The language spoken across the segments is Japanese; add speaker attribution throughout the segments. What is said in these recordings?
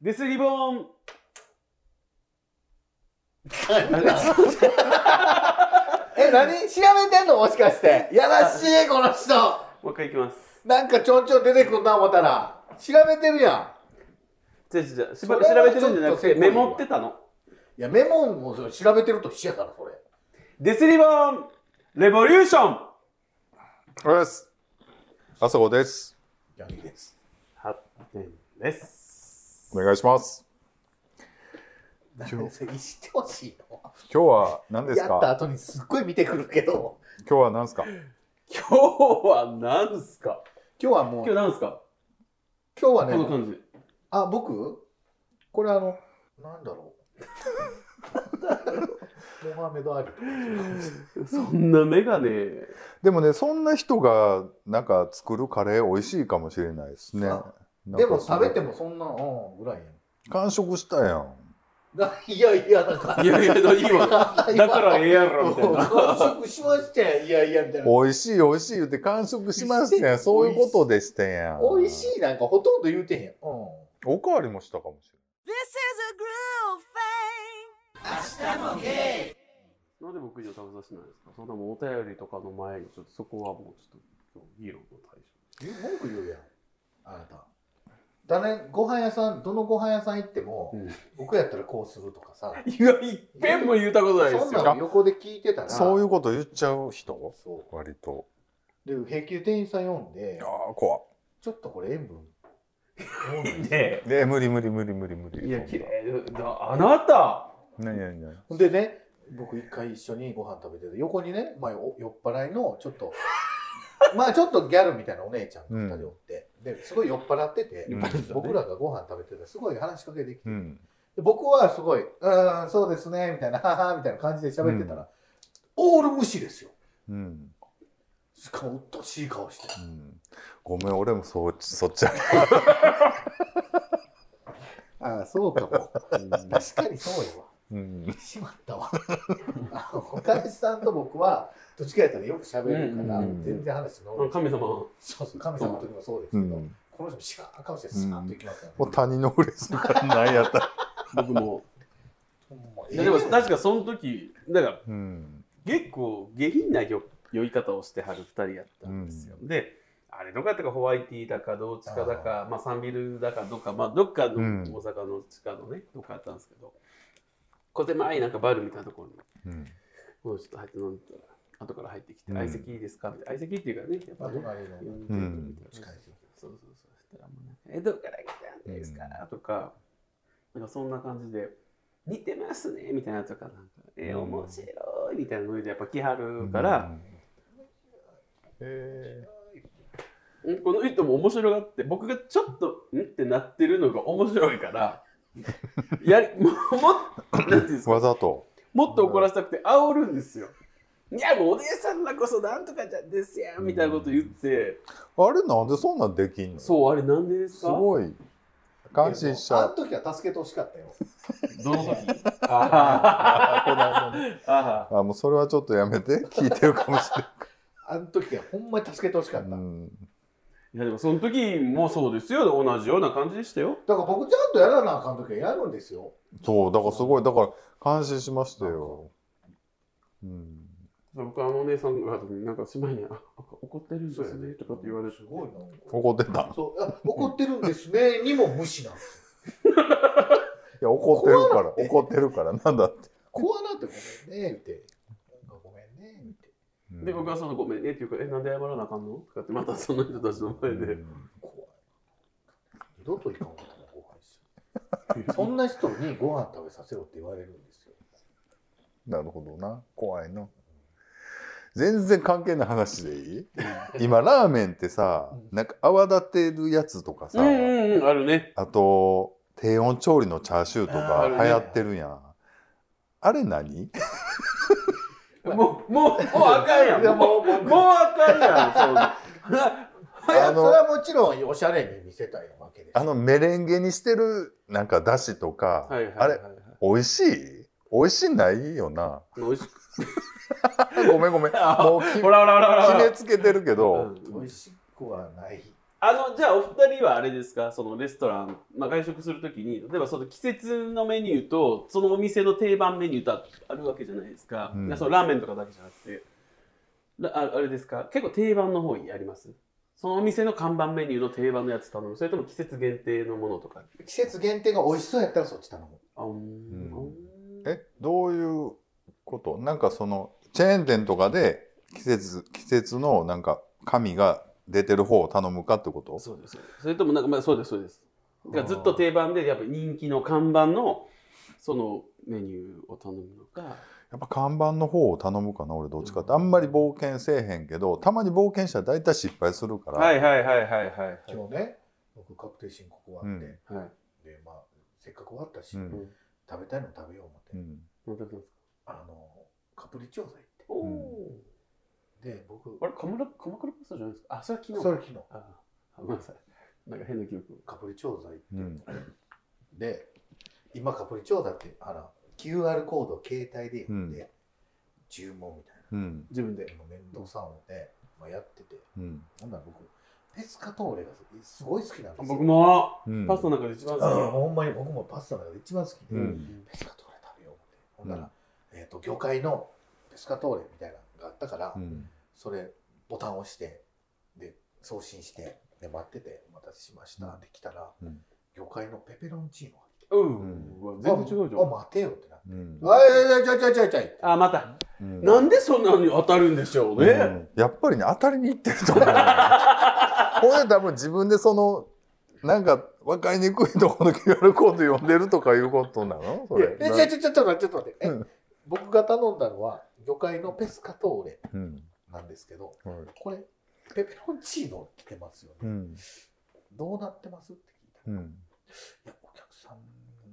Speaker 1: デスリボン
Speaker 2: え、何調べてんのもしかして。やらしい、この人。
Speaker 1: もう一回いきます。
Speaker 2: なんかちょんちょん出てくるな思ったら。調べてるや
Speaker 1: じゃあじゃあしば
Speaker 2: それ
Speaker 1: 調
Speaker 2: は
Speaker 1: べてるんじゃなく
Speaker 2: ち
Speaker 1: て
Speaker 2: ょっとせ
Speaker 1: メ
Speaker 2: こいわ
Speaker 1: モってたの。
Speaker 2: ん。いや、メモも調べてると一緒やから、それ。
Speaker 1: デスリボンレボリューション
Speaker 3: おはようございます。あそこです。
Speaker 2: ヤギです。
Speaker 1: 発展です。
Speaker 3: お願いします。
Speaker 2: 何それ、してほしいの
Speaker 3: 今日は何です
Speaker 2: やった
Speaker 3: か
Speaker 2: 後にすっごい見てくるけど。
Speaker 3: 今日は何ですか
Speaker 1: 今日は何すか
Speaker 2: 今日はも
Speaker 1: 今
Speaker 2: う、
Speaker 1: 日
Speaker 2: 今
Speaker 1: 何すか
Speaker 2: 日は
Speaker 1: この
Speaker 2: ね、
Speaker 1: 感じ。
Speaker 2: あ、僕これあの、なんだろう。モハメド・アリとか
Speaker 1: そんなメガネ。
Speaker 3: でもね、そんな人がなんか作るカレー美味しいかもしれないですね。
Speaker 2: あ
Speaker 3: なんか
Speaker 2: でも食べて
Speaker 3: も。
Speaker 2: もそんな、うん、ぐらいやん
Speaker 3: 完食したやん。
Speaker 2: いやいや、だから。
Speaker 1: いやいや、いいわ。だからええやろ、みたいな。
Speaker 2: 完食しましたよいやいやみたいな
Speaker 3: 美味しい美味しい言って完食しましたやん。そういうことでしたやん。
Speaker 2: 美味しいなんかほとんど言うてへんやん、う
Speaker 3: おかわりもしたかもしれ
Speaker 4: This is a groove thing.
Speaker 1: なんで僕以上食べさせないんですかそんなもんお便りとかの前に、ちょっとそこはもうちょっと議論の対
Speaker 2: ん、文句言うやんあなただねご飯屋さんどのご飯屋さん行っても、
Speaker 1: うん
Speaker 2: 僕やったらこうするとかさ
Speaker 1: 象。いや、いっぺんも言うたことないで
Speaker 2: そん
Speaker 1: す
Speaker 2: な
Speaker 1: よ。
Speaker 2: の横で聞いてたら
Speaker 3: ない。そういうこと言っちゃう人
Speaker 2: そ
Speaker 3: 割と。
Speaker 2: うで平気で店員さん読んで
Speaker 3: いやー、怖っ
Speaker 2: ちょっとこれ塩分多いね
Speaker 1: ね
Speaker 3: で、無理無理無理無理無理。
Speaker 1: いや、綺麗だ。あなた
Speaker 3: 何何何
Speaker 2: ほんでね僕一回一緒にご飯食べてて横にね、まあ、お酔っ払いのちょっ とまあちょっとギャルみたいなお姉ちゃんが2人おって、ですごい酔っ払ってて
Speaker 3: うん
Speaker 2: 僕らがご飯食べててすごい話しかけてきて、
Speaker 3: うん。
Speaker 2: で僕はすごい「うーんそうですね」みたいな「はは」みたいな感じで喋ってたら、オール無視ですよ
Speaker 3: うん。
Speaker 2: しかもうっとうしい顔して
Speaker 3: うんごめん、俺もそっち、そっちや
Speaker 2: ああそうかも確かにそうよ
Speaker 3: うん。
Speaker 2: しまったわあのおかしさんと僕はどっちかやったらよく喋るから、
Speaker 1: うん
Speaker 3: うんうん
Speaker 2: 全然話の
Speaker 1: あ神様。
Speaker 2: そうそう神様の時もそうです
Speaker 3: う
Speaker 2: けど、
Speaker 3: ん。
Speaker 2: この人もしかかもしれないさーっといきますから、ね
Speaker 3: もう他人の売れするからないやったら。
Speaker 1: 僕も。
Speaker 2: ほんま
Speaker 1: いやでも確かその時、だから
Speaker 3: うん。
Speaker 1: 結構下品な酔酔い方をしてはる2人やったんですよ。で、あれどこやったかホワイティーだかどっちかだか、まあサンビルだかどっか、まあどっかの
Speaker 3: うん
Speaker 1: 大阪の地下のね、どっかやったんですけど、小狭いなんかバルみたいなところに、
Speaker 3: うん。
Speaker 1: もうちょっと入って飲んでたら、後から入ってきて、
Speaker 3: うん
Speaker 1: 相席いいですかって、相席っていうかね、やっぱね。
Speaker 2: 隣の
Speaker 3: うん
Speaker 2: 近いですよ
Speaker 1: そうそうそう。そしたらもうなんかえ、どっから来たんですか、とか、なんかそんな感じで、似てますねみたいなとか、なんか、え、
Speaker 3: うん
Speaker 1: 面白いみたいなのでやっぱ来はるから、
Speaker 3: うん、え
Speaker 1: んこの人も面白がって、僕がちょっと、んってなってるのが面白いから、やり、もうもっ、なんていうんです
Speaker 3: ー、
Speaker 1: か、
Speaker 3: わざと。
Speaker 1: もっと怒らせたくて煽るんですよ。いや、もうお姉さんらこそなんとかじゃんですやんみたいなこと言って、
Speaker 3: あれなんでそんなんできんの
Speaker 1: そう、あれなんでです
Speaker 3: す
Speaker 1: か
Speaker 3: ごい。感心しち
Speaker 2: あ
Speaker 3: ゃ
Speaker 2: の
Speaker 3: う。
Speaker 2: 時は助けてほしかったよ
Speaker 1: どの時あ
Speaker 3: あこの間ね
Speaker 1: ーあー。
Speaker 3: あもうそれはちょっとやめ て聞いてるかもし
Speaker 2: あの時はほんまに助けてほしか
Speaker 3: れ
Speaker 2: っ
Speaker 3: ない、
Speaker 2: た、
Speaker 3: うん、
Speaker 1: いやでもその時もそうですよ同じような感じでしたよ
Speaker 2: だから僕ちゃんとやらなあかん時はやるんですよ
Speaker 3: そうだからすごいだから感心しましたよ、うん、
Speaker 1: 僕あのお姉さんがなんか姉妹に「あ怒ってるんですね」とかって言われて
Speaker 2: すごいな
Speaker 3: 怒ってたい
Speaker 2: そうあ怒ってるんです ねにも無視なんですよ
Speaker 3: や怒ってるから
Speaker 2: 怖い
Speaker 3: 怒ってるからなんだって、
Speaker 2: 怖なってごめんねってなんかごめんねって
Speaker 3: うん
Speaker 1: で僕はその「ごめんね」っていうか「えなんで謝らなあかんの?」とかってまたその人たちの前で
Speaker 2: 怖い二度といかんこともご飯しよ うそんな人にご飯食べさせろって言われるんですよ
Speaker 3: なるほどな怖いな全然関係ない話でいい今ラーメンってさなんか泡立てるやつとか
Speaker 1: う
Speaker 3: さ、
Speaker 1: んうんうんあるね
Speaker 3: あと低温調理のチャーシューと
Speaker 1: あ
Speaker 3: か
Speaker 1: ー
Speaker 3: 流行ってるやんあれ何
Speaker 1: もうもうもうあかんやん
Speaker 2: いや
Speaker 1: も
Speaker 2: もうもう
Speaker 1: うもうあかんや
Speaker 2: それ
Speaker 3: あの
Speaker 2: はもちろんおしゃれに見せたいわけです
Speaker 3: あのメレンゲにしてるなんかだしとか、
Speaker 1: んはいはい
Speaker 3: あ
Speaker 1: はい
Speaker 3: れ
Speaker 1: はい
Speaker 3: 美味しい美味しない よな
Speaker 1: 美味しく
Speaker 3: ごめんごめんもうき
Speaker 1: ほらほらほらほら
Speaker 3: 決めつけてるけど、
Speaker 1: うん
Speaker 2: 美味しくはない
Speaker 1: あのじゃあお二人はあれですかそのレストラン、まあ、外食するときに例えばその季節のメニューとそのお店の定番メニューとあるわけじゃないですか、
Speaker 3: うん
Speaker 1: いやそのラーメンとかだけじゃなくてらああれですか結構定番の方やりますそのお店の看板メニューの定番のやつ頼むそれとも季節限定のものとか
Speaker 2: 季節限定が美味しそうやったらそっち頼む
Speaker 1: あうん
Speaker 3: んえどういうことなんかそのチェーン店とかで季節季節のなんか紙が出てる方を頼むかってこと
Speaker 1: そうですそうですそれともなんかまあそうですそうですだからずっと定番でやっぱ人気の看板のそのメニューを頼むのか
Speaker 3: やっぱ看板の方を頼むかな俺どっちかってあんまり冒険せえへんけどたまに冒険したら大体失敗するから、
Speaker 1: はいはいはいはいはい
Speaker 2: 今日ね僕確定申告終わって、
Speaker 3: うん
Speaker 1: はい
Speaker 2: でまあせっかく終わったし、
Speaker 3: うん
Speaker 2: 食べたいの食べよう思って、
Speaker 3: うん、
Speaker 1: なんだったんですか
Speaker 2: あのカプリチョーザ行って
Speaker 1: お
Speaker 3: う
Speaker 1: お
Speaker 2: で僕
Speaker 1: あれ鎌倉鎌倉パスタじゃないですかあそれは昨日
Speaker 2: それ昨日
Speaker 1: ああごめんなさいなんか変な記憶
Speaker 2: カプリチョーザ行って、
Speaker 3: うん
Speaker 2: で今カプリチョーザってあら QR コードを携帯でやって、
Speaker 3: うん
Speaker 2: 注文みたいな
Speaker 3: うん
Speaker 1: 自分で
Speaker 2: でもう面倒くさので、まあ、やってて
Speaker 3: うん
Speaker 2: ほんなら僕ペスカトーレがすごい好きなんですよ
Speaker 1: 僕も
Speaker 3: うん
Speaker 1: パスタの中で一番
Speaker 2: うん、
Speaker 1: 好
Speaker 2: ほんまに僕もパスタの中で一番好きで、
Speaker 3: う
Speaker 1: き
Speaker 3: ん
Speaker 2: ペスカトーレ食べようってほんなら、えっと魚介のペスカトーレみたいなのがあったから、
Speaker 3: うん
Speaker 2: それボタンを押してで送信してで待ってて「お待たせしました」って来たら、
Speaker 3: うん
Speaker 2: 魚介のペペロンチーノが来て
Speaker 1: うんうわ全然違うじ
Speaker 2: ああ待てよ」ってなって
Speaker 3: うん
Speaker 2: 「あいやいやちゃいちゃいちゃいちゃい」って
Speaker 1: ゃんあまた
Speaker 3: うん
Speaker 1: なんでそんなに当たるんでしょうね、
Speaker 3: うんやっぱりね当たりにいってると思うこれ多分自分でそのなんか分かりにくいところの QR コード読んでるとかいうことなのそれ
Speaker 2: え、ちょ、ちょ、ちょっと待って、ちょっと待って。え
Speaker 3: うん
Speaker 2: 僕が頼んだのは、魚介のペスカトーレ
Speaker 3: うん
Speaker 2: なんですけど、
Speaker 3: はい
Speaker 2: これ、ペペロンチーノ来てますよね。
Speaker 3: うん
Speaker 2: どうなってますって聞いたら、い
Speaker 3: うん
Speaker 2: や、お客さん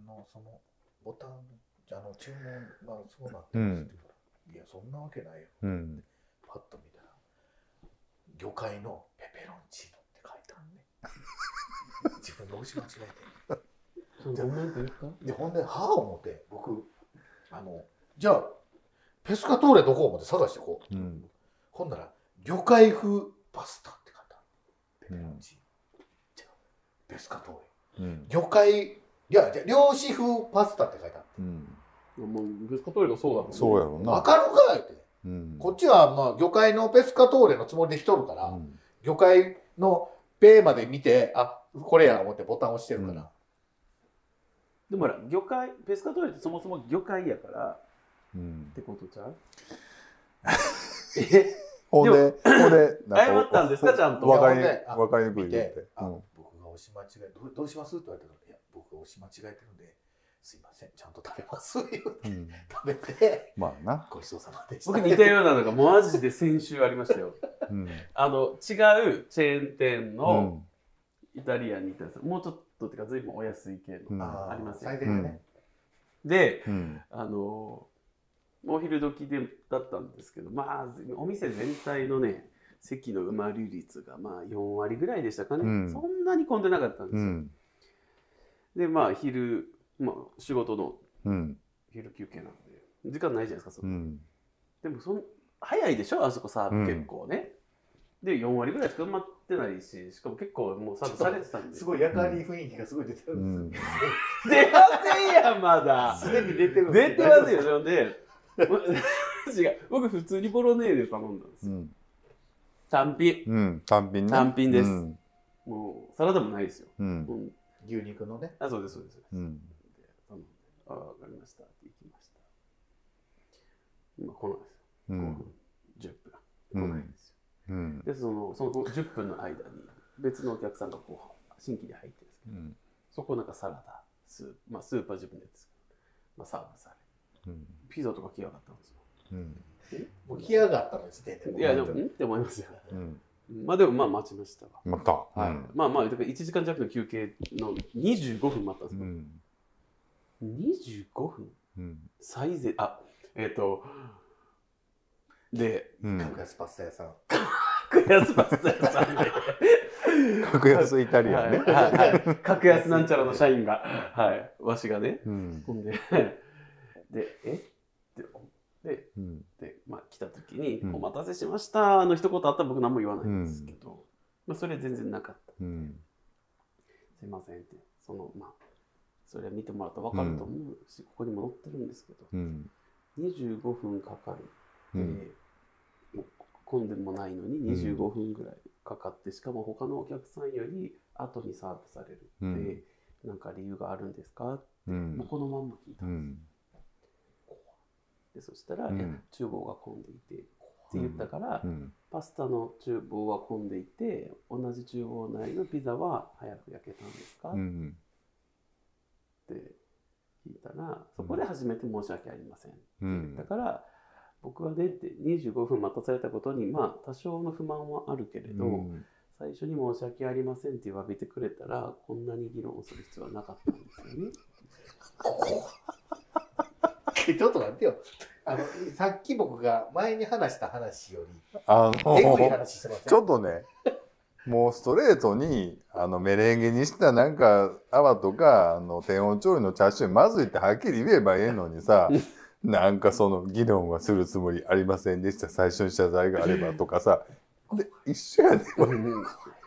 Speaker 2: のその、ボタン、あの、注文がそうなってます
Speaker 3: う
Speaker 2: っ
Speaker 3: ん
Speaker 2: て言うから、いや、そんなわけないよ。
Speaker 3: うん
Speaker 2: パッと見たら、魚介のペペロンチーノって書いてあるね。 自分の押し間違えて。
Speaker 1: そうごめんって言った
Speaker 2: で、ほんで、はあ思って、僕、あの、じゃあ、ペスカトーレどこ思って探してこう。
Speaker 3: うん
Speaker 2: ほんなら、魚介風パスタって方。ペペロンチーノ。じゃあペスカトーレ。
Speaker 3: うん
Speaker 2: 魚介、いや、じゃあ漁師風パスタって書いてある。
Speaker 3: うん
Speaker 1: もうペスカトーレがそうだもん、ね、
Speaker 3: そうやろ
Speaker 2: わ
Speaker 3: な
Speaker 2: かるかいって。
Speaker 3: うん
Speaker 2: こっちは、まあ、魚介のペスカトーレのつもりで来とるから、
Speaker 3: うん
Speaker 2: 魚介のペーまで見て、あ、これや思ってボタン押してるから。
Speaker 1: でもほら魚介ペスカトーレってそもそも魚介やから
Speaker 3: うん
Speaker 1: ってことちゃ うえ
Speaker 3: ほんでほんで
Speaker 1: 謝ったんですかちゃんと
Speaker 3: 分かり
Speaker 2: いやほんであ
Speaker 3: 分かりにくい
Speaker 2: 見
Speaker 3: 言う
Speaker 2: て
Speaker 3: て、
Speaker 2: あ、僕が押し間違え、どうどうしますって言われたから、いや、僕が押し間違えてるんで、すいません、ちゃんと食べます よ。
Speaker 3: うんうん
Speaker 2: 食べて、
Speaker 3: まあな
Speaker 2: ごちそうさまでした。
Speaker 1: 僕似たようなのがマジで先週ありましたよ
Speaker 3: うん
Speaker 1: あの違うチェーン店のイタリアンに行ったんですよもうちょっとっていうか随分お安い系の、
Speaker 3: うん
Speaker 2: あー
Speaker 1: ありますよ
Speaker 2: 最低でね。
Speaker 1: で
Speaker 3: うん
Speaker 1: あのお昼時でだったんですけどまあお店全体のね席の埋まり率がまあ4割ぐらいでしたかね、
Speaker 3: うん
Speaker 1: そんなに混んでなかったんですよ、
Speaker 3: うん
Speaker 1: でまあ昼、まあ、仕事の
Speaker 3: うん
Speaker 1: 昼休憩なんで時間ないじゃないですかその
Speaker 3: うん
Speaker 1: でもその早いでしょあそこサー
Speaker 3: うん
Speaker 1: ブ結構ね、で4割ぐらいしか埋まってないししかも結構もうサーブされてたんで
Speaker 2: ごい、やかり雰囲気がすごい出てる
Speaker 3: うん
Speaker 2: ですよ
Speaker 1: 出ませんやんまだ
Speaker 2: すでに出てるんです
Speaker 1: 出てますよそれで違う僕普通にボロネーゼ頼んだんです
Speaker 3: う
Speaker 1: よ
Speaker 3: ん
Speaker 1: 単品
Speaker 3: うん、単品ね。
Speaker 1: 単品です
Speaker 3: うん。
Speaker 1: もうサラダもないですよ、
Speaker 3: うん
Speaker 1: う。ん
Speaker 2: 牛肉のね。
Speaker 1: あそうですそうです、
Speaker 3: うん
Speaker 1: で頼んであ分かりましたって行きました今来ないですよ
Speaker 3: う
Speaker 1: 5
Speaker 3: ん。
Speaker 1: 分10分来ないんですよ、
Speaker 3: うん。
Speaker 1: でそのその10分の間に別のお客さんがこう新規で入ってるんですけど
Speaker 3: うん。
Speaker 1: そこなんかサラダスープ、まあ、スープは自分でやってるんですけど、まあ、サーブされ
Speaker 3: うん。
Speaker 1: ピザとか来やがったんですよ
Speaker 3: うん。
Speaker 2: もう来やがったのですね。
Speaker 1: いやでも
Speaker 2: も
Speaker 1: んって思いますよ
Speaker 3: うん。
Speaker 1: まあでもまあ待ちましたわ、
Speaker 3: また。
Speaker 1: はい
Speaker 3: うん
Speaker 1: まあまあだから1時間弱の休憩の25分待ったんです
Speaker 3: う
Speaker 1: よ、
Speaker 3: ん。
Speaker 1: 25分
Speaker 3: うん。
Speaker 1: 最善あえっ、とで
Speaker 3: うん
Speaker 2: 格。安パスタ屋さん。
Speaker 1: 格安パスタ屋さんで
Speaker 3: 格安イタリア
Speaker 1: は
Speaker 3: ン
Speaker 1: い
Speaker 3: ね。
Speaker 1: はいはい格安なんちゃらの社員がはいわしがね
Speaker 3: うん。
Speaker 1: ほんででえってで
Speaker 3: うん。
Speaker 1: で、まあ、来た時に「
Speaker 3: うん
Speaker 1: お待たせしました」の一言あったら僕何も言わないんですけど、まあ、それは全然なかった。
Speaker 3: うん
Speaker 1: すいませんって、その、まあ、それは見てもらったら分かると思うし、ここにも載ってるんですけど、
Speaker 3: うん
Speaker 1: 25分かかる。
Speaker 3: うん
Speaker 1: えーもう混んでもないのに25分ぐらいかかって、しかも他のお客さんより後にサーブされるって、
Speaker 3: うん
Speaker 1: なんか理由があるんですか、
Speaker 3: う
Speaker 1: もうんこのまんま聞いた
Speaker 3: うんん
Speaker 1: です、でそしたら、
Speaker 3: うん
Speaker 1: いや厨房が混んでいてって言ったから、
Speaker 3: うん
Speaker 1: パスタの厨房は混んでいて同じ厨房内のピザは早く焼けたんですか、
Speaker 3: う
Speaker 1: っ
Speaker 3: ん
Speaker 1: て聞いたらそこで初めて申し訳ありません
Speaker 3: うん
Speaker 1: だから僕はねって25分待たされたことにまあ多少の不満はあるけれど、
Speaker 3: うん
Speaker 1: 最初に申し訳ありませんって詫びてくれたらこんなに議論をする必要はなかったんですよね。
Speaker 2: ちょっと待ってよあのさっき僕が前に話した話より
Speaker 3: あ
Speaker 2: えぐい
Speaker 3: の
Speaker 2: 話してません
Speaker 3: ちょっとねもうストレートにあのメレンゲにしたなんか泡とかあの低温調理のチャーシューまずいってはっきり言えばええのに さなんかその議論はするつもりありませんでした最初に謝罪があればとかさで一緒やで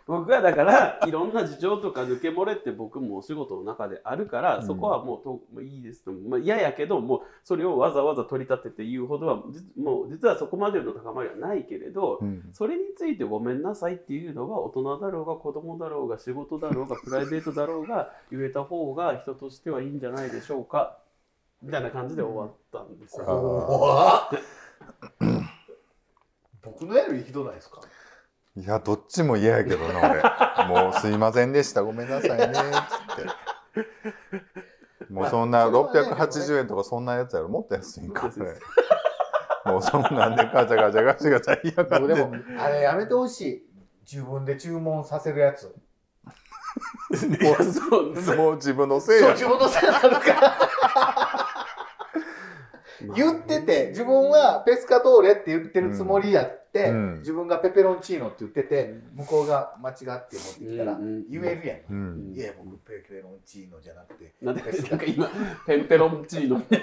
Speaker 1: 僕はだからいろんな事情とか抜け漏れって僕もお仕事の中であるから
Speaker 3: うん
Speaker 1: そこはもうともういいですと、まあ、嫌やけどもうそれをわざわざ取り立てて言うほどは実もう実はそこまでの高まりはないけれど
Speaker 3: うん
Speaker 1: それについてごめんなさいっていうのは大人だろうが子供だろうが仕事だろうがプライベートだろうが言えた方が人としてはいいんじゃないでしょうかみたいな感じで終わったんですよ。
Speaker 2: 怖っ僕のやるひどないですか
Speaker 3: いやどっちも嫌やけどな俺もうすいませんでしたごめんなさいねっつってもうそん
Speaker 2: ま
Speaker 3: な
Speaker 2: あそれはね
Speaker 3: 680円とかそんなやつやろもっと安いんか
Speaker 1: そうです
Speaker 3: 俺もうそんなんでガチャガチャガチャガチャ言いやが
Speaker 2: 僕で
Speaker 3: っ
Speaker 2: もあれやめてほしい自分で注文させるやつ
Speaker 1: いやそう
Speaker 3: てもう自分のせい
Speaker 2: そう
Speaker 3: や
Speaker 2: 自分のせいなのか言ってて自分はペスカトーレって言ってるつもりやって、
Speaker 3: うん
Speaker 2: 自分がペペロンチーノって言ってて向こうが間違って持ってきたら
Speaker 1: うんうん
Speaker 2: 言えるやん、
Speaker 3: うん
Speaker 2: いや僕ペペロンチーノじゃなくて
Speaker 1: なんでなんか今ペンペロンチーノみたい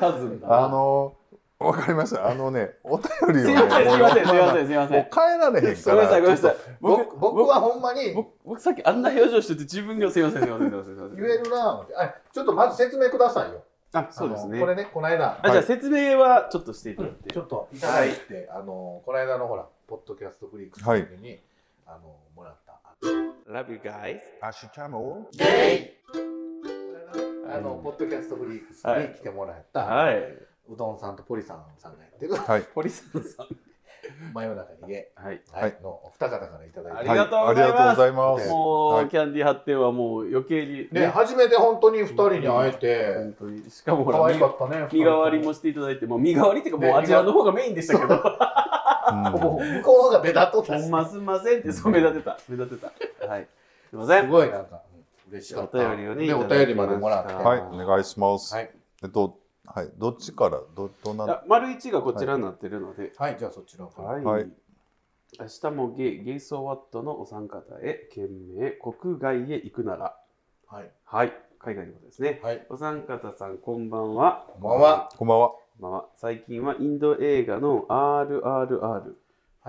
Speaker 1: なはずんだな
Speaker 3: あのわかりましたあのねお便り
Speaker 1: す
Speaker 3: を
Speaker 1: い
Speaker 3: ね
Speaker 1: ませんすいませんすいませ
Speaker 3: も
Speaker 1: んすいま
Speaker 3: う
Speaker 1: せん
Speaker 3: 変えられ
Speaker 1: ごめ
Speaker 3: へんか
Speaker 1: んな
Speaker 3: ら
Speaker 1: さいごめんなさい
Speaker 2: 僕
Speaker 1: 僕
Speaker 2: 僕はほんまに言
Speaker 1: 僕僕さっきあんな表情してて自分がすいませんすいませんすいませんすいません
Speaker 2: えるなぁ思ってあちょっとまず説明くださいよ
Speaker 1: あそうです
Speaker 2: あの
Speaker 1: ね
Speaker 2: これねこの間
Speaker 1: あじゃあ説明はちょっとしていただいて
Speaker 2: ちょっといただいて、あのこの間のほらポッドキャストフリークスの時に、あのもらったあの
Speaker 1: Love you guys
Speaker 3: アシュチャモ
Speaker 2: あのポッドキャストフリークス
Speaker 1: は
Speaker 2: に
Speaker 1: い
Speaker 2: 来てもらった、
Speaker 1: はい
Speaker 2: い、うどんさんとポリさんさんがやってる
Speaker 3: はい
Speaker 1: ポリスンさん
Speaker 2: 真夜中にね、
Speaker 1: はい
Speaker 2: はい
Speaker 3: はい
Speaker 2: のお二方からいただいて、
Speaker 1: あり
Speaker 3: はい
Speaker 1: がとうございます
Speaker 3: ありがとうございます
Speaker 1: もう、
Speaker 3: はい
Speaker 1: キャンディー発展はもう余計に
Speaker 2: ね、初めて本当に二人に会え
Speaker 1: 本
Speaker 2: て、
Speaker 1: 当にしかもほ
Speaker 2: 可
Speaker 1: ら
Speaker 2: 愛
Speaker 1: 身
Speaker 2: かったね。
Speaker 1: 身代わりもしていただいてもう身代わりっていうかもう
Speaker 2: ね
Speaker 1: あちらの方がメインでしたけど
Speaker 2: 二人とも。
Speaker 3: う
Speaker 2: 向こうが目立っとった
Speaker 1: ほ
Speaker 2: し
Speaker 1: んますんませんってそう目立てた目立てたはいすいませ
Speaker 2: す
Speaker 1: ん
Speaker 2: ごいなんかうん嬉しか
Speaker 1: お
Speaker 2: った。
Speaker 1: 便りをね
Speaker 2: でお便りまでもらって、
Speaker 1: い
Speaker 3: ん
Speaker 1: ただき
Speaker 3: はい
Speaker 1: ました
Speaker 3: お願いします
Speaker 2: はい、
Speaker 3: えっとはいどっちからどどんな
Speaker 1: あ丸一がこちらになってるので、
Speaker 2: はい、じゃあそっちの方。
Speaker 1: はい。
Speaker 3: はい
Speaker 1: 明日もゲイ、ゲイソーワットのお三方へ、懸命、国外へ行くなら。
Speaker 2: はい、
Speaker 1: はい。海外のことですね。
Speaker 2: はい、
Speaker 1: お三方さん、こんばんは。
Speaker 2: こんばんは。
Speaker 3: こんばんは
Speaker 1: こんばんは。最近はインド映画の RRR、
Speaker 2: は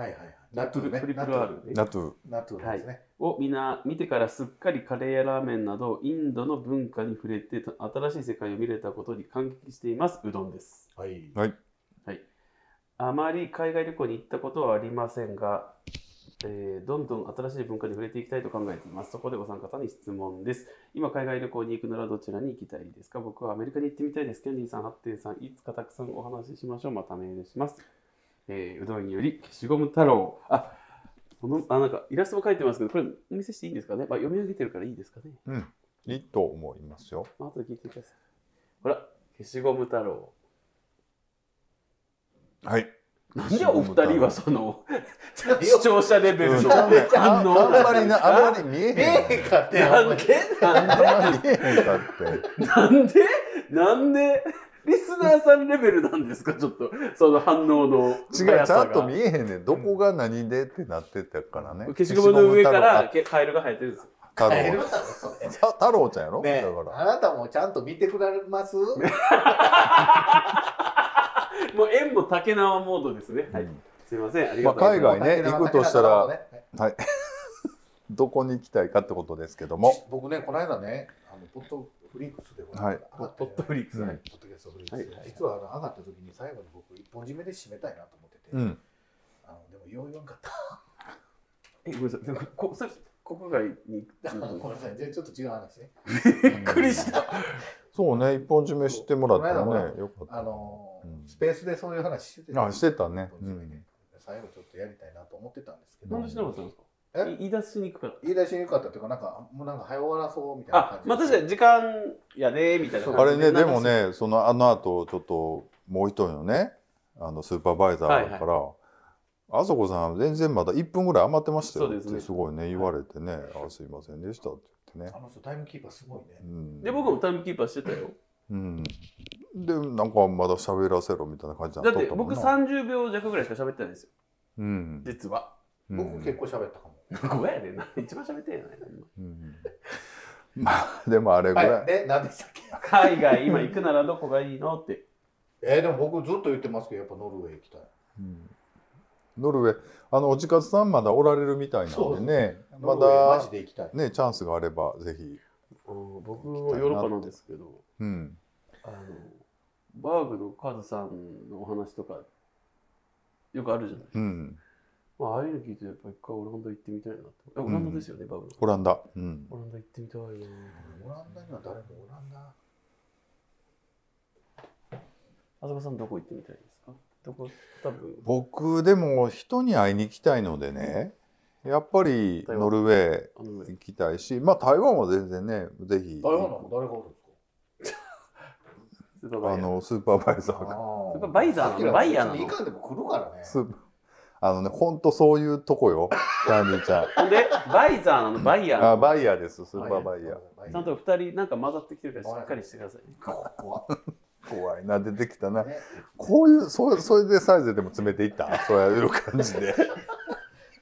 Speaker 2: いはいはい。ナトゥルね。
Speaker 1: トリプル R ね
Speaker 3: ナトゥ
Speaker 2: ナトゥルですね。
Speaker 1: をみな見てからすっかりカレーやラーメンなどインドの文化に触れて新しい世界を見れたことに感激しています。うどんです。
Speaker 2: はい。
Speaker 1: あまり海外旅行に行ったことはありませんが、えーどんどん新しい文化に触れていきたいと考えています。そこでお三方に質問です。今、海外旅行に行くならどちらに行きたいですか僕はアメリカに行ってみたいです。ケンディさん、ハッテンさん、いつかたくさんお話ししましょう。またメールします。えーうどんより消しゴム太郎。あこのあなんかイラストも書いてますけど、これお見せしていいんですかね、まあ、読み上げてるからいいですかね。
Speaker 3: ルいいと思いますよ
Speaker 1: まあ後で聞いてください。ほら、消しゴム太郎。
Speaker 3: はい
Speaker 1: なんでお二人はその視
Speaker 2: よ
Speaker 1: 聴者レベルの反応
Speaker 3: あんまり なあんまり見えへん
Speaker 2: ええかって、
Speaker 1: な
Speaker 2: ほん
Speaker 1: ん
Speaker 2: まに
Speaker 1: でなんで
Speaker 3: あんまり見えへんかって
Speaker 1: なんでなんでリスナーさんレベルなんですかちょっとその反応の
Speaker 3: 違う
Speaker 1: 速
Speaker 3: ちゃ
Speaker 1: さ
Speaker 3: んと見
Speaker 1: が
Speaker 3: えへんねんどこが何でってなってたからね
Speaker 1: 消しゴムの上からけカエルが生えてるんですよ
Speaker 3: 太
Speaker 2: 変える
Speaker 3: 郎
Speaker 2: だろそれ
Speaker 3: た太郎ちゃんやろ
Speaker 2: ね
Speaker 3: だ
Speaker 2: え
Speaker 3: か
Speaker 2: あなたもちゃんと見てくれます
Speaker 1: もう縁も竹縄モードですね、
Speaker 3: ら
Speaker 1: はい
Speaker 3: うん
Speaker 1: すすいません。あり
Speaker 3: ま
Speaker 1: が
Speaker 3: あ
Speaker 1: とうござい
Speaker 3: 海
Speaker 1: ます。
Speaker 3: 外ね行くとしたら
Speaker 2: ね
Speaker 3: どこに行きたいかってことですけども。
Speaker 2: 僕ねこの間ねあのポッドフリックスでも
Speaker 3: はい
Speaker 2: 上がって
Speaker 1: ポッドフリックス。
Speaker 3: うん
Speaker 1: はい
Speaker 2: ポッドキャストフリック
Speaker 1: は
Speaker 2: ス
Speaker 1: い
Speaker 2: で実はあの上がった時に最後に僕一本締めで締めたいなと思ってて、
Speaker 3: うん。
Speaker 2: あのでもよう言わんかった
Speaker 1: え、ごめんなさい。でもこそれ国外に行く
Speaker 2: ごめんなさい、じゃあちょっと違う話ね。
Speaker 1: びっくりした。
Speaker 3: そうね、一本締めしてもらった
Speaker 2: この間
Speaker 3: ら
Speaker 2: ほ
Speaker 3: ね、よかった。
Speaker 2: あのー
Speaker 3: うん
Speaker 2: スペースでそういう話してた
Speaker 3: あしてたねうん
Speaker 2: 最後ちょっとやりたいなと思ってたんですけど、
Speaker 1: なんでしなかったんですか
Speaker 2: え
Speaker 1: い言い出しにくかった。
Speaker 2: 言い出しにくかったっていうか、なんか、もうなんか早終わらそうみたいな感
Speaker 1: あ、
Speaker 2: じで。
Speaker 1: まあ確かに時間やね、みたいな感じ
Speaker 3: あれね、でも。ね、そのあの後、ちょっともう一人のね、あのスーパーバイザーから、あそこさん、全然まだ1分ぐらい余ってましたよ
Speaker 1: そう
Speaker 3: っ
Speaker 1: ですね
Speaker 3: てすごいね、言われてね、あすいませんでしたって言ってね。
Speaker 2: あの人、タイムキーパーすごいね
Speaker 3: う。ん、
Speaker 1: で、僕もタイムキーパーしてたよ。
Speaker 3: うん。で、なんかまだ喋らせろみたいな感じに
Speaker 1: だ
Speaker 3: な
Speaker 1: っ
Speaker 3: と
Speaker 1: て
Speaker 3: たもん
Speaker 1: 僕
Speaker 3: な
Speaker 1: 30秒弱ぐらいしか喋ってないんですよ。
Speaker 3: うん。
Speaker 1: 実は。
Speaker 3: うん
Speaker 2: 僕結構喋ったかも。
Speaker 1: ごめんやでな。一番喋ってんやない
Speaker 3: うん まあ、でもあれぐらい。
Speaker 2: はい、で、何でしたっけ
Speaker 1: 海外今行くならどこがいいのって。
Speaker 2: えー、でも僕ずっと言ってますけど、やっぱノルウェー行きたい。
Speaker 3: うんノルウェー、あの、おちかつさんまだおられるみたいなんでね、ま
Speaker 2: ノルウェーマ
Speaker 3: だ
Speaker 2: ジ、で行きたい。
Speaker 3: ね、チャンスがあれば、ぜひ。
Speaker 1: 僕もヨーロッパなんですけど、
Speaker 3: うん。
Speaker 1: あの、バーグのカズさんのお話とか、よくあるじゃない。
Speaker 3: うん。
Speaker 1: まあ、ああいうの聞いて、やっぱ一回オランダ行ってみたいなと。えオランダですよね、バーグの。
Speaker 3: オランダ。うん。
Speaker 1: オランダ行ってみたいな。
Speaker 2: オランダには誰もオランダ。
Speaker 1: あさこさんどこ行ってみたいですかどこ多分。
Speaker 3: 僕、でも、人に会いに行きたいのでね、やっぱりノルウェ
Speaker 1: あの
Speaker 3: ー行きたいし、まあ、台湾も全然ね、ぜひ、
Speaker 2: 台湾の誰がおるんですか
Speaker 1: スーパーバ
Speaker 3: あ
Speaker 1: イヤー
Speaker 3: の、スーパーバイザーが。
Speaker 2: あ
Speaker 1: やっぱバイザーなの
Speaker 2: さっきら
Speaker 1: バイヤーなの
Speaker 2: 別にいかんでも来るからね。
Speaker 3: スーあのね、ほんとそういうとこよ、キャンディーちゃん。
Speaker 1: ほんで、バイザーなの、バイヤー
Speaker 3: あ
Speaker 1: なの。
Speaker 3: バイヤーです、スーパーバイヤー。
Speaker 2: バイヤー
Speaker 1: ちゃんと二人なんか混ざってきてるからしっかりしてくださいね。
Speaker 2: 怖っ
Speaker 3: 怖いな、出てきたな。
Speaker 2: ね
Speaker 3: こういう、そそれでサイズでも詰めていったそういう感じ で。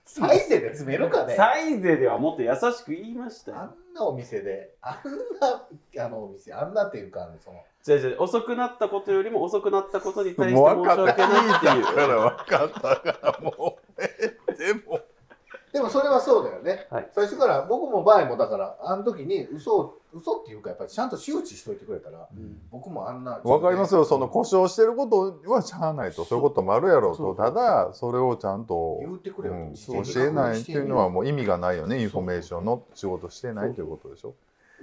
Speaker 2: サイゼで詰めるかね。
Speaker 1: サイゼではもっと優しく言いました
Speaker 2: あ
Speaker 1: よ。
Speaker 2: んなお店で、あんなあのお店、あんなっていうか、あのその
Speaker 1: じゃあじゃあ遅くなったことよりも遅くなったことに対して
Speaker 3: もう
Speaker 1: 申
Speaker 3: 分
Speaker 1: し
Speaker 3: かっ
Speaker 1: 訳
Speaker 3: た。聞い
Speaker 1: ないって
Speaker 3: た
Speaker 1: いう。
Speaker 3: から分かったから、もう。えでも。
Speaker 2: でもそれはそうだよね。
Speaker 1: はい
Speaker 2: 最初から僕も場合もだから、あの時に嘘を嘘っていうか、やっぱりちゃんと周知しといてくれたら、僕もあんな。
Speaker 3: 分かりますよ、その
Speaker 2: こ
Speaker 3: 故障してることはしゃあないと、そういうこともあるやろう
Speaker 1: そう
Speaker 3: と、ただ、それをちゃんと
Speaker 2: 言。ってく
Speaker 3: う
Speaker 2: れよ、
Speaker 3: ん、
Speaker 2: 事前
Speaker 3: 教
Speaker 2: に
Speaker 3: えないっていうのは
Speaker 2: 確認してみよ
Speaker 3: もう意味がないよねインフォメーションの仕事してな
Speaker 1: そ
Speaker 3: いうということでしょ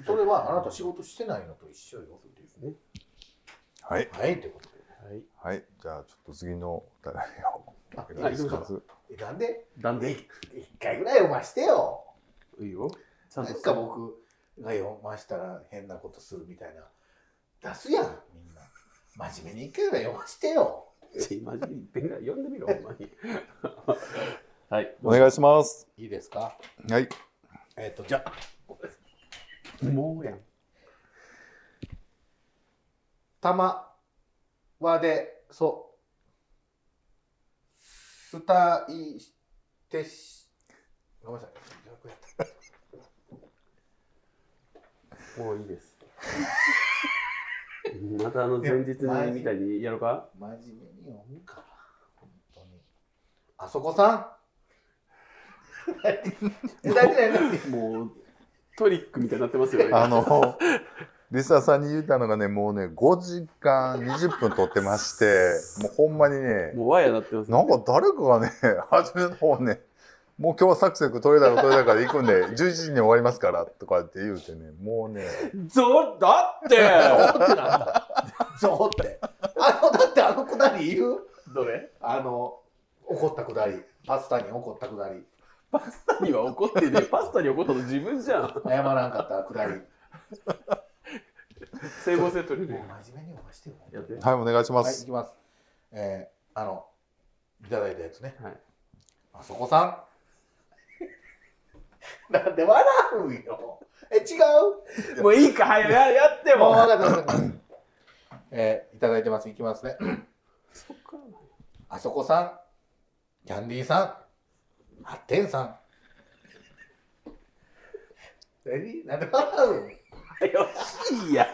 Speaker 2: うそれはあなた仕事してないのと一緒よっていうね。
Speaker 3: はい
Speaker 2: はいってこと
Speaker 1: はい。
Speaker 3: はいじゃあちょっと次のお互
Speaker 2: で。
Speaker 3: いを
Speaker 2: あ
Speaker 1: はいどうぞ
Speaker 2: えなんで
Speaker 1: なんで
Speaker 2: 一回ぐらい読ましてよ。
Speaker 1: いいよ。ちゃんと
Speaker 2: なんか僕が読ましたら変なことするみたいな出すやんみんな真面目に一回ぐらい読ましてよ
Speaker 1: ちょマジで一遍ぐらい読んでみろ、ほんまに。はい。
Speaker 3: お願いします
Speaker 2: いいですか
Speaker 3: はい
Speaker 2: えっ、とじゃあ
Speaker 1: もうやん。
Speaker 2: たまわでそスタイてしごめんなさい
Speaker 1: もういいです。またあの前日にみたいにやろうか
Speaker 2: 真面目に読むから本当にあそこさんえ何何何
Speaker 1: もうトリックみたいになってますよね。
Speaker 3: あの、リサさんに言ったのがね、もうね、5時間20分撮ってまして、もうほんまにね、
Speaker 1: もうワイヤなってます、
Speaker 3: なんか誰かがね、 初めの方ね、もう今日はサクサク撮れたら撮れたから行くんで、11時に 終わりますから、とかって言うてね、もうね、
Speaker 1: ぞだって
Speaker 2: ゾウってなんだ。ゾウって。あの、だってあのくだり言う
Speaker 1: どれ
Speaker 2: あの、怒ったくだり。パスタに怒ったくだり。
Speaker 1: パスタには怒ってねパスタに怒ったの自分じゃん。
Speaker 2: 謝らんかったくだり。も
Speaker 1: 整合性取れ
Speaker 2: う
Speaker 1: るよ。
Speaker 2: 真面目にお話してよ。
Speaker 1: やって。
Speaker 3: はい、お願いしま
Speaker 2: はい、い
Speaker 3: す。
Speaker 2: きます。えー、あの、いただいたやつね。
Speaker 1: はい。
Speaker 2: あそこさん。 なんで笑うよ。え、違う
Speaker 1: もういいか、早ややって
Speaker 2: もう
Speaker 1: も。
Speaker 2: 分かった分かった。えー、いただいてます。いきますね。
Speaker 1: そっか
Speaker 2: あそこさん、キャンディーさん、あってんさん。何なんで笑う
Speaker 1: よしいや。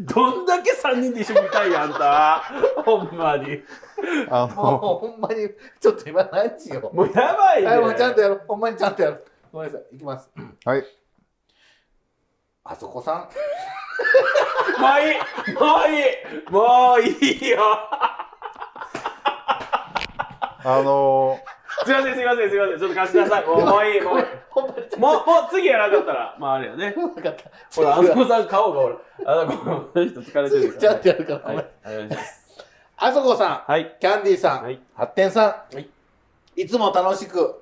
Speaker 1: どんだけ三人で一緒にいたいやんあんた。ほんまに。
Speaker 3: あの、
Speaker 2: もうほんまに、ちょっと今何時よ。
Speaker 1: もうやばいね。
Speaker 2: はい、もうちゃんとやろう。ほんまにちゃんとやろう。ごめんなさい。いきます。
Speaker 3: はい。
Speaker 2: あそこさん。
Speaker 1: もういいもういいもういいよ
Speaker 3: あの、
Speaker 1: すいませんすいませんすいませんちょっと貸してくださいもうもういいもういい
Speaker 2: ほんまにちゃん
Speaker 1: もうもう次やらなかったらまああれよね
Speaker 2: と分かった。
Speaker 1: ほらあそこさん顔がほらあのこの人疲れてる
Speaker 2: ち
Speaker 1: か
Speaker 2: ゃ
Speaker 1: ら
Speaker 2: んとやるから。ご
Speaker 1: は
Speaker 2: めん
Speaker 1: いお願いします
Speaker 2: あそこさん。
Speaker 1: はい
Speaker 2: キャンディーさん、
Speaker 1: はい
Speaker 2: 発展さん、
Speaker 1: はい
Speaker 2: い、つも楽しく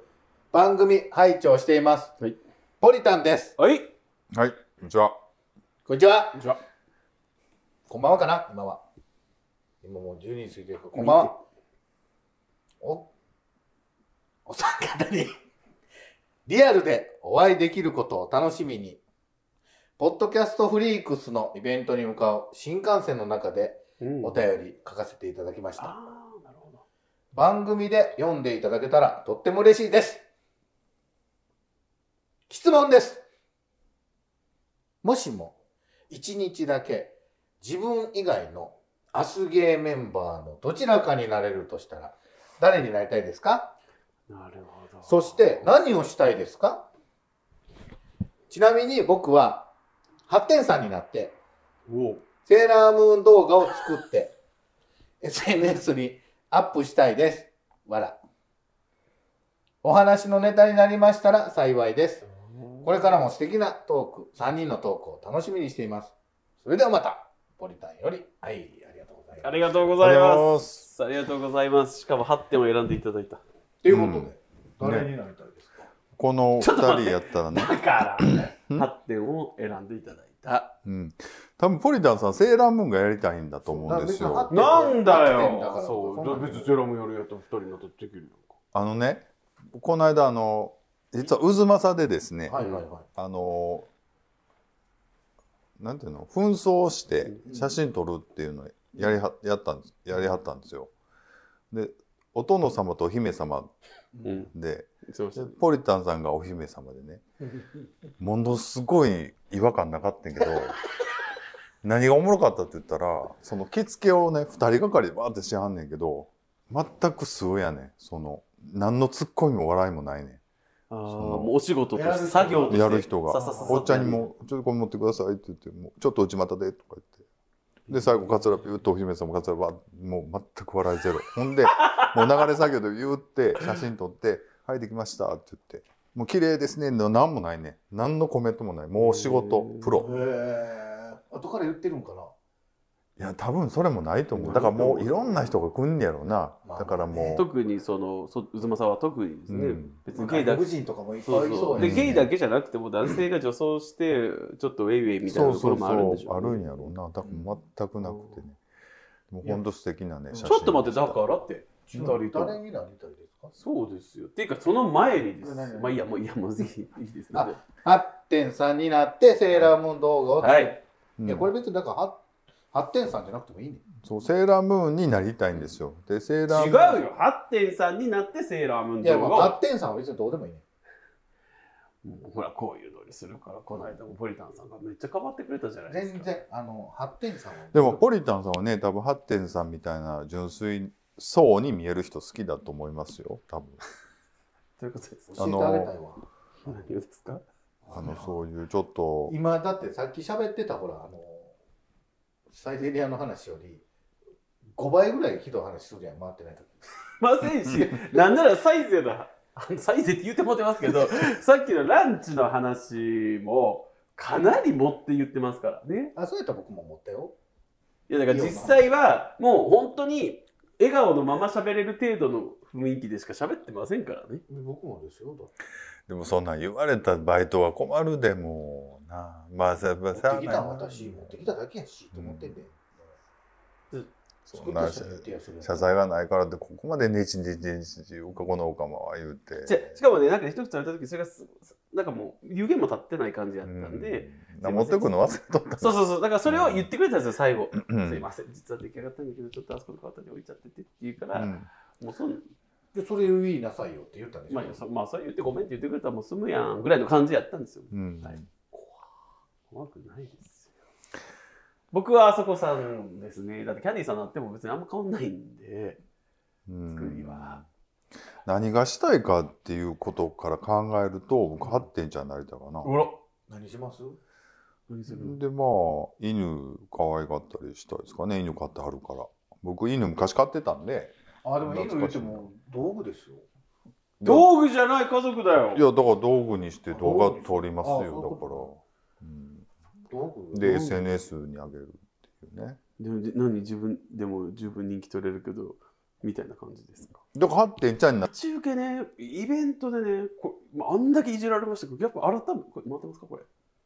Speaker 2: 番組拝聴しています、
Speaker 1: はい
Speaker 2: ポリタンです。
Speaker 1: はい
Speaker 3: はい、こんにちは。
Speaker 2: こんにちは。
Speaker 1: こんにちは
Speaker 2: こんばんはかな今は。今もう12時過ぎてるから、こんばんは。お、お三方にリアルでお会いできることを楽しみに、ポッドキャストフリークスのイベントに向かう新幹線の中で
Speaker 1: うん
Speaker 2: お便り書かせていただきました。
Speaker 1: あーなるほど
Speaker 2: 番組で読んでいただけたらとっても嬉しいです。質問です。もしも、一日だけ自分以外のアスゲーメンバーのどちらかになれるとしたら、誰になりたいですか
Speaker 1: なるほど
Speaker 2: そして何をしたいですかちなみに僕は、発展さんになって、
Speaker 1: おう
Speaker 2: セーラームーン動画を作って、SNS にアップしたいです。わら。お話のネタになりましたら幸いです。これからも素敵なトーク、3人のトークを楽しみにしています。それではまた、ポリタンより、はい、ありがとうござい
Speaker 1: あ
Speaker 2: ます。
Speaker 1: りがとうございますありがとうございますしかも8点を選んでいただいた
Speaker 2: ということ
Speaker 3: うん
Speaker 2: で、誰になりたいですか、
Speaker 3: このお二人やったらね、
Speaker 1: だから8点を選んでいただいた
Speaker 3: うん。多分ポリタンさん、セーラームーンがやりたいんだと思うんです
Speaker 2: だから別
Speaker 3: よ。
Speaker 2: になんだよ
Speaker 1: そう別にゼロもやるやったら2人になったらできるやんか
Speaker 3: あのね、この間、あの、実は渦政でですね、
Speaker 2: はいはいはい。
Speaker 3: あの、なんていうの、紛争して
Speaker 2: うん
Speaker 3: 写真撮るっていうのをやりは、やったんです、やりはったんですよ。で、お殿様とお姫様
Speaker 1: うん
Speaker 3: で、
Speaker 1: そうし
Speaker 3: で
Speaker 1: た
Speaker 3: ポリタンさんがお姫様でね、ものすごい違和感なかったんやけど、何がおもろかったって言ったら、その着付けをね、二人がかりでバーってしはんねんけど、全く素やねん。その、何のツッコミも笑いもないね
Speaker 1: ああ
Speaker 3: その
Speaker 1: もうお仕事として作業とし
Speaker 3: ん。
Speaker 1: て
Speaker 3: やる人
Speaker 1: さ
Speaker 3: が
Speaker 1: さささ。
Speaker 3: おっちゃんにも、ちょっとこれ持ってくださいって言って、もうちょっと内股でとか言って。で、最後、カツラピューッとお姫様カツラバーッもう全く笑いゼロ。ほんで、もう流れ作業で言うって、写真撮って、はい、できましたって言って。もう綺麗ですね。の何もないね。何のコメントもない。もう仕事
Speaker 1: へー、
Speaker 3: プロ。
Speaker 2: へえ。後から言ってるんかな、
Speaker 3: いや多分それもないと思うだからもういろんな人が来んねやろうな、
Speaker 2: まあ
Speaker 3: だからもう、
Speaker 1: 特にそのそ渦政は特にですね、
Speaker 3: うん
Speaker 1: 別にゲイだ
Speaker 2: 外
Speaker 1: け
Speaker 2: 国人とかもいっぱいい
Speaker 1: そう
Speaker 2: そ
Speaker 1: そうう
Speaker 2: や
Speaker 1: で
Speaker 2: ね
Speaker 1: ゲイだけじゃなくても男性が女装してちょっとウェイウェイみたい
Speaker 3: そ
Speaker 1: な
Speaker 3: う
Speaker 1: と
Speaker 3: そ
Speaker 1: ころ
Speaker 3: う
Speaker 1: もあるんで
Speaker 3: そ
Speaker 1: し
Speaker 3: う
Speaker 1: ょ
Speaker 3: あ
Speaker 1: う
Speaker 3: るん
Speaker 1: ね
Speaker 3: やろうなだから全くなくてね、もうほんと素敵なね
Speaker 2: いや
Speaker 3: 写真
Speaker 1: ちょっと待ってだからって
Speaker 2: う
Speaker 1: 二
Speaker 2: ん
Speaker 1: 人と
Speaker 2: 誰になりたいですか
Speaker 1: そうですよっていうかその前にです
Speaker 2: 何何何
Speaker 1: まあいいやもういいやもうぜひいいですね
Speaker 2: あ8.3になってセーラームーン動画を作っ
Speaker 1: は
Speaker 2: て、
Speaker 1: い
Speaker 3: うん
Speaker 2: いやこれ別にだから8.3じゃなくてもいいね
Speaker 3: そうセーラームーンになりたいんですよでセーラー
Speaker 1: 違う
Speaker 3: ムーン
Speaker 1: よ8.3になってセーラームーン
Speaker 2: いや、ま
Speaker 1: 動画を
Speaker 2: あ、8.3は別にどうでもいいね
Speaker 1: もうほらこういう通りするからこの間もポリタンさんがめっちゃかばってくれたじゃないです
Speaker 2: 全
Speaker 1: か
Speaker 2: 然あの8.3は
Speaker 3: でもポリタンさんはね多分ハッテンさんみたいな純粋そうに見える人好きだと思いますよ多分
Speaker 1: ということですね
Speaker 2: 教えてあげたいわ
Speaker 1: 何をですか
Speaker 3: あのそういうちょっと
Speaker 2: 今だってさっき喋ってたほらあのサイゼリアの話より5倍ぐらいひどい話するやん回ってない時
Speaker 1: ませんし、なんならサイゼの、あのサイゼって言ってもらってますけ ど、さっきのランチの話も、かなり持って言ってますからね。
Speaker 2: あそうやったら僕も持ったよ
Speaker 1: いや、だから実際は、もう本当に、笑顔のまま喋れる程度の雰囲気でしか喋ってませんからね。
Speaker 2: 僕もですよだって
Speaker 3: でもそんなん言われたバイトは困るでもうなまあさ
Speaker 2: 持
Speaker 3: まあ
Speaker 2: っ
Speaker 3: しゃあ
Speaker 2: てき
Speaker 3: ない
Speaker 2: た
Speaker 3: なん
Speaker 2: 私持ってきただけやしと思ってんで、
Speaker 3: そ
Speaker 2: 作
Speaker 3: ん
Speaker 2: った
Speaker 3: な
Speaker 2: 人に言ってやするやん
Speaker 3: 謝罪がないからってここまでねちねちねちねちうかこのおかまは言うて
Speaker 1: じゃしかもね、なんか一口食べた時、それがす、なんかもう、湯気も立ってない感じやったんで、
Speaker 3: うんな持ってくの忘れとった
Speaker 1: そうそうそう、だからそれを言ってくれたんですよ、最後。
Speaker 3: う
Speaker 1: すい
Speaker 3: ん
Speaker 1: ません、実は出来上がったんだけど、ちょっとあそこの方に置いちゃっててって言うか
Speaker 3: う
Speaker 1: ら、
Speaker 3: ん
Speaker 1: もうそん
Speaker 2: でそれ言いなさいよって言ったんです
Speaker 1: まあ、そまあ、それ言ってごめんって言ってくれたらもう済むやんぐらいの感じやったんですよ。
Speaker 3: うん
Speaker 1: はい怖くないですよ。僕はあそこさんですね。だってキャンディーさんになっても別にあんま変わんないんで、
Speaker 3: うん
Speaker 2: 作りは
Speaker 3: 何がしたいかっていうことから考えると僕発展者になりたいかな。
Speaker 1: ら
Speaker 2: 何します
Speaker 1: 何する
Speaker 3: でまあ犬可愛がったりしたいですかね犬飼ってはるから僕犬昔飼ってたんで
Speaker 2: あでも
Speaker 3: も
Speaker 2: 犬
Speaker 3: 犬
Speaker 2: 言
Speaker 3: 言
Speaker 2: っ
Speaker 3: ってて
Speaker 2: も
Speaker 3: も
Speaker 2: 道具ですよ
Speaker 1: 道具じゃない家族だ
Speaker 3: いや
Speaker 1: よ
Speaker 3: だから道具にして動画撮ります
Speaker 2: あそういう
Speaker 3: よ
Speaker 2: こ
Speaker 3: だから、
Speaker 2: 道
Speaker 3: うん、
Speaker 2: 具
Speaker 3: で
Speaker 1: 具
Speaker 3: SNS に上げるっていうね
Speaker 1: でもじ何自分でも十分人気取れるけどみたいな感じですか
Speaker 3: だから発展ちゃんにな
Speaker 1: 中継ねイベントでねこまああんだけいじられましたけどやっぱ改めこれ待ってますかこれ、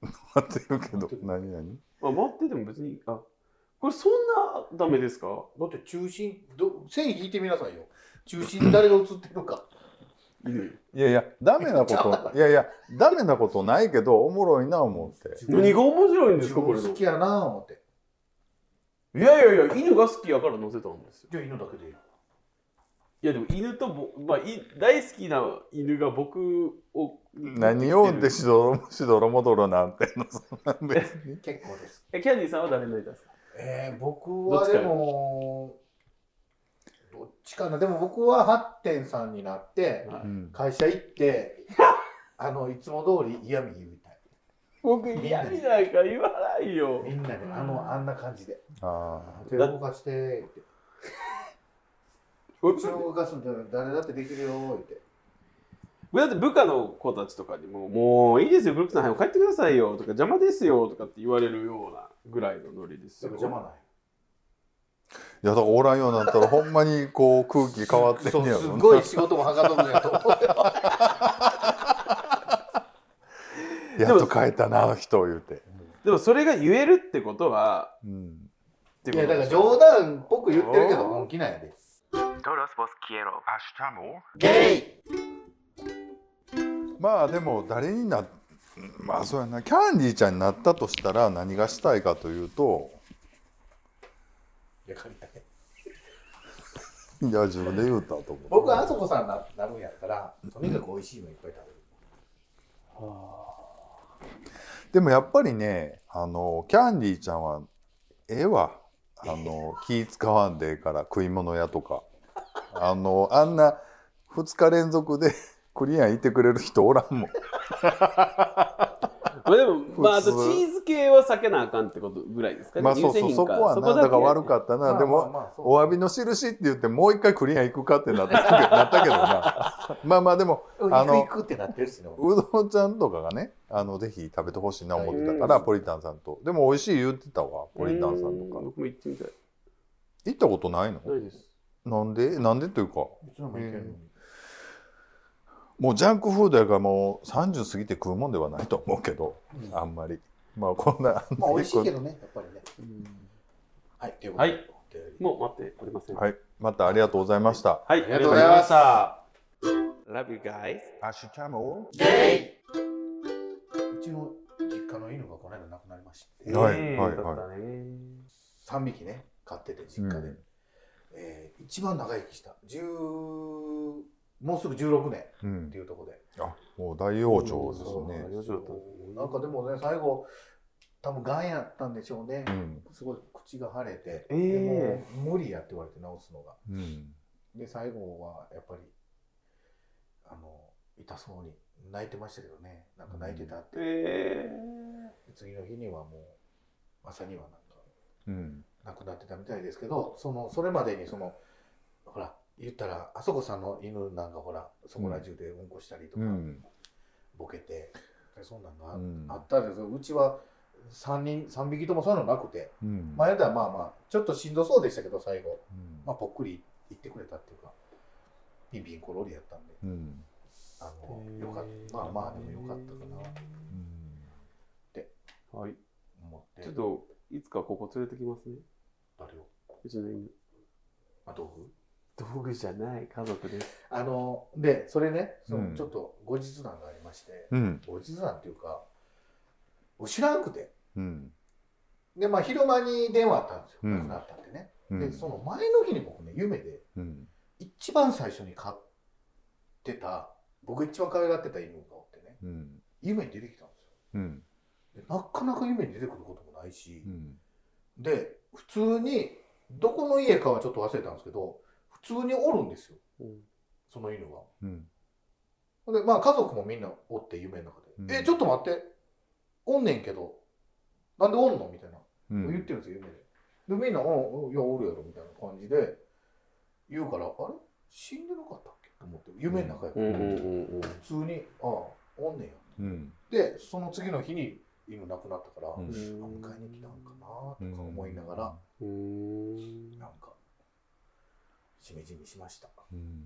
Speaker 3: ってるけど 何何
Speaker 1: あ、待ってても別にあこれそんなダメですか
Speaker 2: だって中心ど線引いてみなさいよ中心誰が映ってるか
Speaker 1: 犬
Speaker 3: いやいやダメなこといやいやダメなことないけどおもろいな思って
Speaker 1: 何が面白いんで
Speaker 2: 自
Speaker 1: すかこれ
Speaker 2: 分
Speaker 1: の
Speaker 2: 好
Speaker 1: い
Speaker 2: きやなぁ思って
Speaker 1: やいやいや犬が好きやから乗せたんですよ
Speaker 2: じゃあ犬だけで
Speaker 1: いやでも犬とぼ、まあ、い大好きな犬が僕を
Speaker 3: 何をってしどろしどろもどろなんてのそんなん別に
Speaker 2: 結構です
Speaker 1: えキャンディーさんは誰になりたいですか
Speaker 2: えー、僕
Speaker 1: どっ
Speaker 2: は
Speaker 1: ちか
Speaker 2: で
Speaker 1: よ
Speaker 2: もどっちかなでも僕は八点さんになって
Speaker 1: は
Speaker 3: うん
Speaker 2: 会社行ってあのいつも通り嫌み言いたい
Speaker 1: 僕嫌味なんか言わないよ
Speaker 2: みんなであのあんな感じで
Speaker 3: あ
Speaker 2: 手動かしてって
Speaker 1: うち
Speaker 2: 手動かすんだったら誰だってできるよって
Speaker 1: だって部下の子たちとかにも「もういいですよグループさん早く帰ってくださいよ」とか「邪魔ですよ」とかって言われるようなぐらいのノリです
Speaker 2: で
Speaker 1: よ
Speaker 2: も邪魔ない
Speaker 3: いやだからおらんようになったらほんまにこう空気変わってんねや
Speaker 2: そうす
Speaker 3: ろ
Speaker 2: っ
Speaker 3: な
Speaker 2: ごい仕事もはかどるんやと思うよ
Speaker 3: やっと変えたなあの人を言うて、
Speaker 1: でもそれが言えるってことは
Speaker 3: うん、
Speaker 1: って
Speaker 2: い
Speaker 1: こと
Speaker 2: やだから
Speaker 1: でしょ
Speaker 2: 冗談っぽく言ってるけど本気なんやでゲイ
Speaker 3: まあでも誰になまあそうやなキャンディーちゃんになったとしたら何がしたいかというと
Speaker 2: いや借りたい
Speaker 3: いや自分で言うたと思う
Speaker 2: 僕はあそこさんにななるんやったらとにかく美味しいのいっぱい食べる
Speaker 3: でもやっぱりねあのキャンディーちゃんはええわあの気使わんでええから食い物屋とかあのあんな2日連続で クリアンいてくれる人おらんもん
Speaker 1: まあでも、まあ、あと
Speaker 3: 普通
Speaker 1: チーズ系は避けなあかんってことぐらいですかね。
Speaker 3: まあそうそう
Speaker 1: 乳製
Speaker 3: そ
Speaker 1: 品
Speaker 3: こはなだから悪かったな、
Speaker 2: まあま
Speaker 3: で
Speaker 2: あ
Speaker 3: も
Speaker 2: まあそう
Speaker 3: お詫びの印って言ってもう一回クリアン行くかってなってなったけどな まあまあでもあの
Speaker 2: 肉行くってなってるしね
Speaker 3: うどんちゃんとかがねあのぜひ食べてほしいな思ってたから、
Speaker 1: うん
Speaker 3: ポリタンさんとでも美味しい言ってたわポリタンさんと
Speaker 1: う
Speaker 3: か
Speaker 1: 僕も行ってみたい。
Speaker 3: 行ったことないの
Speaker 1: ないです。
Speaker 3: なんでなんでというか
Speaker 2: いつのも行けるのに
Speaker 3: もうジャンクフードやからもう30過ぎて食うもんではないと思うけど
Speaker 2: うん
Speaker 3: あんまりまあこんなあん
Speaker 2: ま
Speaker 3: ま
Speaker 2: あ
Speaker 3: り
Speaker 2: 美味しいけ
Speaker 3: こ
Speaker 2: どねやっぱりねはいということ
Speaker 1: は
Speaker 2: で
Speaker 1: いもう待っておりません。
Speaker 3: う
Speaker 1: はい。
Speaker 3: はいまたありがとうございました
Speaker 1: あり
Speaker 2: ありがとうございまし。た
Speaker 1: Love you guys.
Speaker 3: アッシュチャム
Speaker 2: ゲイうちの実家の犬がこの間亡くなりまして
Speaker 3: はい
Speaker 1: ねえ
Speaker 3: はいはい
Speaker 1: よかったね
Speaker 2: 3匹ね飼ってて実家で、
Speaker 3: うん
Speaker 2: えー一番長生きした10もうすぐ16年
Speaker 3: う
Speaker 2: っ
Speaker 3: ん
Speaker 2: ていうところで
Speaker 3: あもう大往生ですね
Speaker 1: うんそう
Speaker 2: なんかでもね最後多分がんやったんでしょうね、
Speaker 3: うん
Speaker 2: すごい口が腫れて、
Speaker 1: え
Speaker 2: で
Speaker 1: え
Speaker 2: も無理やって言われて治すのが
Speaker 3: うん
Speaker 2: で最後はやっぱりあの痛そうに泣いてましたけどねなんか泣いてたって、
Speaker 1: え
Speaker 2: 次の日にはもうまさにはなんか
Speaker 3: うん
Speaker 2: 亡くなってたみたいですけどそのそれまでにそのほら言ったらあそこさんの犬なんかほらそこら中でうんこしたりと
Speaker 3: う
Speaker 2: か、
Speaker 3: ん
Speaker 2: ボケてでそんなのあ,、
Speaker 3: うん
Speaker 2: あったんですようちは3人3匹ともそういうのなくて
Speaker 3: うん
Speaker 2: 前田はまあまあちょっとしんどそうでしたけど最後、
Speaker 3: うん
Speaker 2: まあ、ぽっくり言ってくれたっていうかピンピンコロリやったんで
Speaker 3: うん
Speaker 2: あ
Speaker 1: ー
Speaker 2: のよかったまあまあでもよかったかなと
Speaker 3: うん
Speaker 1: はい。
Speaker 2: 思って
Speaker 1: ちょっといつかここ連れてきますね。
Speaker 2: 誰を
Speaker 1: うちの犬。
Speaker 2: あ道具
Speaker 1: 道具じゃない家族です。
Speaker 2: あのでそれねその
Speaker 3: うん
Speaker 2: ちょっと後日談がありまして、
Speaker 3: うん
Speaker 2: 後日談っていうか知らんくて
Speaker 3: うん
Speaker 2: でまあ昼間に電話あったんですよ
Speaker 3: うん
Speaker 2: 亡くなったんでね、
Speaker 3: うん
Speaker 2: でその前の日に僕ね夢で
Speaker 3: うん
Speaker 2: 一番最初に飼ってた僕一番可愛がってた犬がおってね
Speaker 3: うん
Speaker 2: 夢に出てきたんです
Speaker 3: うん
Speaker 2: よでなかなか夢に出てくることもないし
Speaker 3: う、ん
Speaker 2: で普通にどこの家かはちょっと忘れたんですけど普通におるんですよ
Speaker 1: うん
Speaker 2: その犬は
Speaker 3: うん。
Speaker 2: ほんでまあ家族もみんなおって夢の中で「
Speaker 3: うん
Speaker 2: えちょっと待っておんねんけどなんでおんの?」みたいな
Speaker 3: う
Speaker 2: 言っ
Speaker 3: ん。
Speaker 2: てるんですよ夢ででみんな「うんうんいやおるやろ」みたいな感じで言うから「あれ死んでなかったっけ?」と思って夢の中やか
Speaker 1: う
Speaker 2: ら、
Speaker 1: んうんうんうん
Speaker 2: 普通に「ああおんねんや
Speaker 3: うん。」
Speaker 2: でその次の日に犬亡くなったから、
Speaker 3: うん
Speaker 2: あ迎えに来たんかなとか思いながら、
Speaker 1: うん
Speaker 2: なんかしみじみしました
Speaker 3: うん。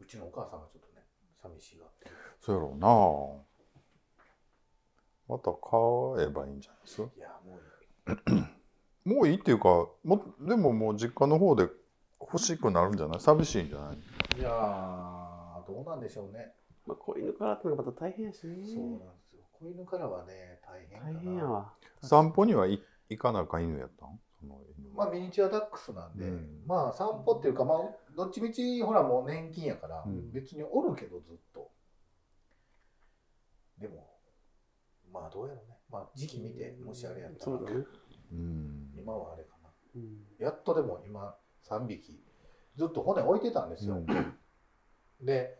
Speaker 2: うちのお母さんがちょっとね寂しいがって
Speaker 3: そうやろうな。また買えばいいんじゃないですか。
Speaker 2: いやもういい
Speaker 3: もういいっていうか、もでももう実家の方で欲しくなるんじゃない寂しいんじゃない
Speaker 2: いやーどうなんでしょうね
Speaker 1: まあ、子犬からってのがまた大変やしね。
Speaker 2: そうなんですよ子犬からはね大変か
Speaker 1: 大
Speaker 2: な
Speaker 1: 変やわ。
Speaker 3: 散歩にはい行かなあかん犬やったんその犬
Speaker 2: まあミニチュアダックスなんで、
Speaker 3: うん
Speaker 2: まあ散歩っていうかまあどっちみちほらもう年金やから、
Speaker 3: うん
Speaker 2: 別におるけどずっとでもまあどうやろうねまあ時期見てもしあれやった
Speaker 1: そ
Speaker 2: ら
Speaker 1: うだね。
Speaker 3: うん。
Speaker 2: 今はあれかな
Speaker 1: うん
Speaker 2: やっとでも今3匹ずっと骨置いてたんですよ、で、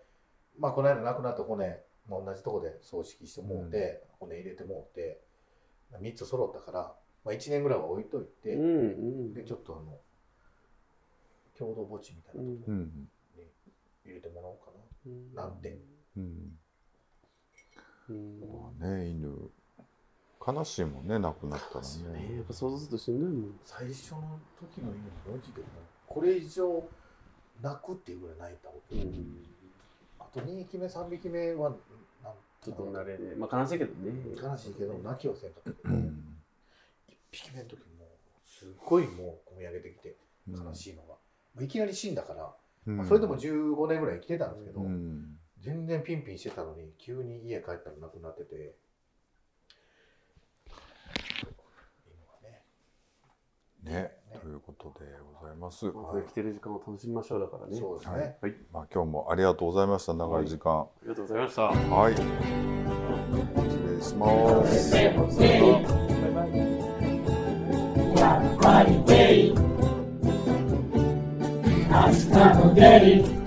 Speaker 2: まあ、この間亡くなった骨、まあ、同じとこで葬式してもうて、骨入れてもうて3つ揃ったから、まあ、1年ぐらいは置いといて、
Speaker 1: うん
Speaker 2: でちょっとあの共同墓地みたいな
Speaker 1: う
Speaker 2: とこ
Speaker 1: ん
Speaker 3: う。ん。
Speaker 2: 入れてもらおうか
Speaker 1: う
Speaker 2: な、
Speaker 1: ん。
Speaker 2: なんて
Speaker 3: う
Speaker 1: うん。
Speaker 3: ん。まあね、犬。悲しいもんね、亡くなったら
Speaker 1: ねえ
Speaker 3: ね。
Speaker 1: やっぱ想像するとしんどいもん。
Speaker 2: 最初の時の犬の時でもこれ以上泣くっていうぐらい泣いたこと、
Speaker 1: うん
Speaker 2: あと2匹目3匹目はなん
Speaker 1: ちょっと慣れで。まあ悲しいけどね。
Speaker 2: 悲しいけど泣きはせんかったけど、
Speaker 3: うん。
Speaker 2: 1匹目の時もうすっごいもう込み上げてきて悲
Speaker 3: い。
Speaker 2: しいのが、まあいきなり死んだから、
Speaker 3: うん
Speaker 2: まあそれでも15年ぐらい生きてたんですけど、
Speaker 3: うん。
Speaker 2: 全然ピンピンしてたのに急に家帰ったら亡くなってて今はね
Speaker 3: ね、ということでございます。
Speaker 1: まあ、これ来てる時間を楽しみましょうだからね。
Speaker 2: そうですね、
Speaker 3: はい
Speaker 1: はい。
Speaker 3: まあ今日もありがとうございました、長い時間。
Speaker 1: ありがとうございました。
Speaker 3: はい。失礼します。
Speaker 1: バイバイ。
Speaker 5: Hasta luego.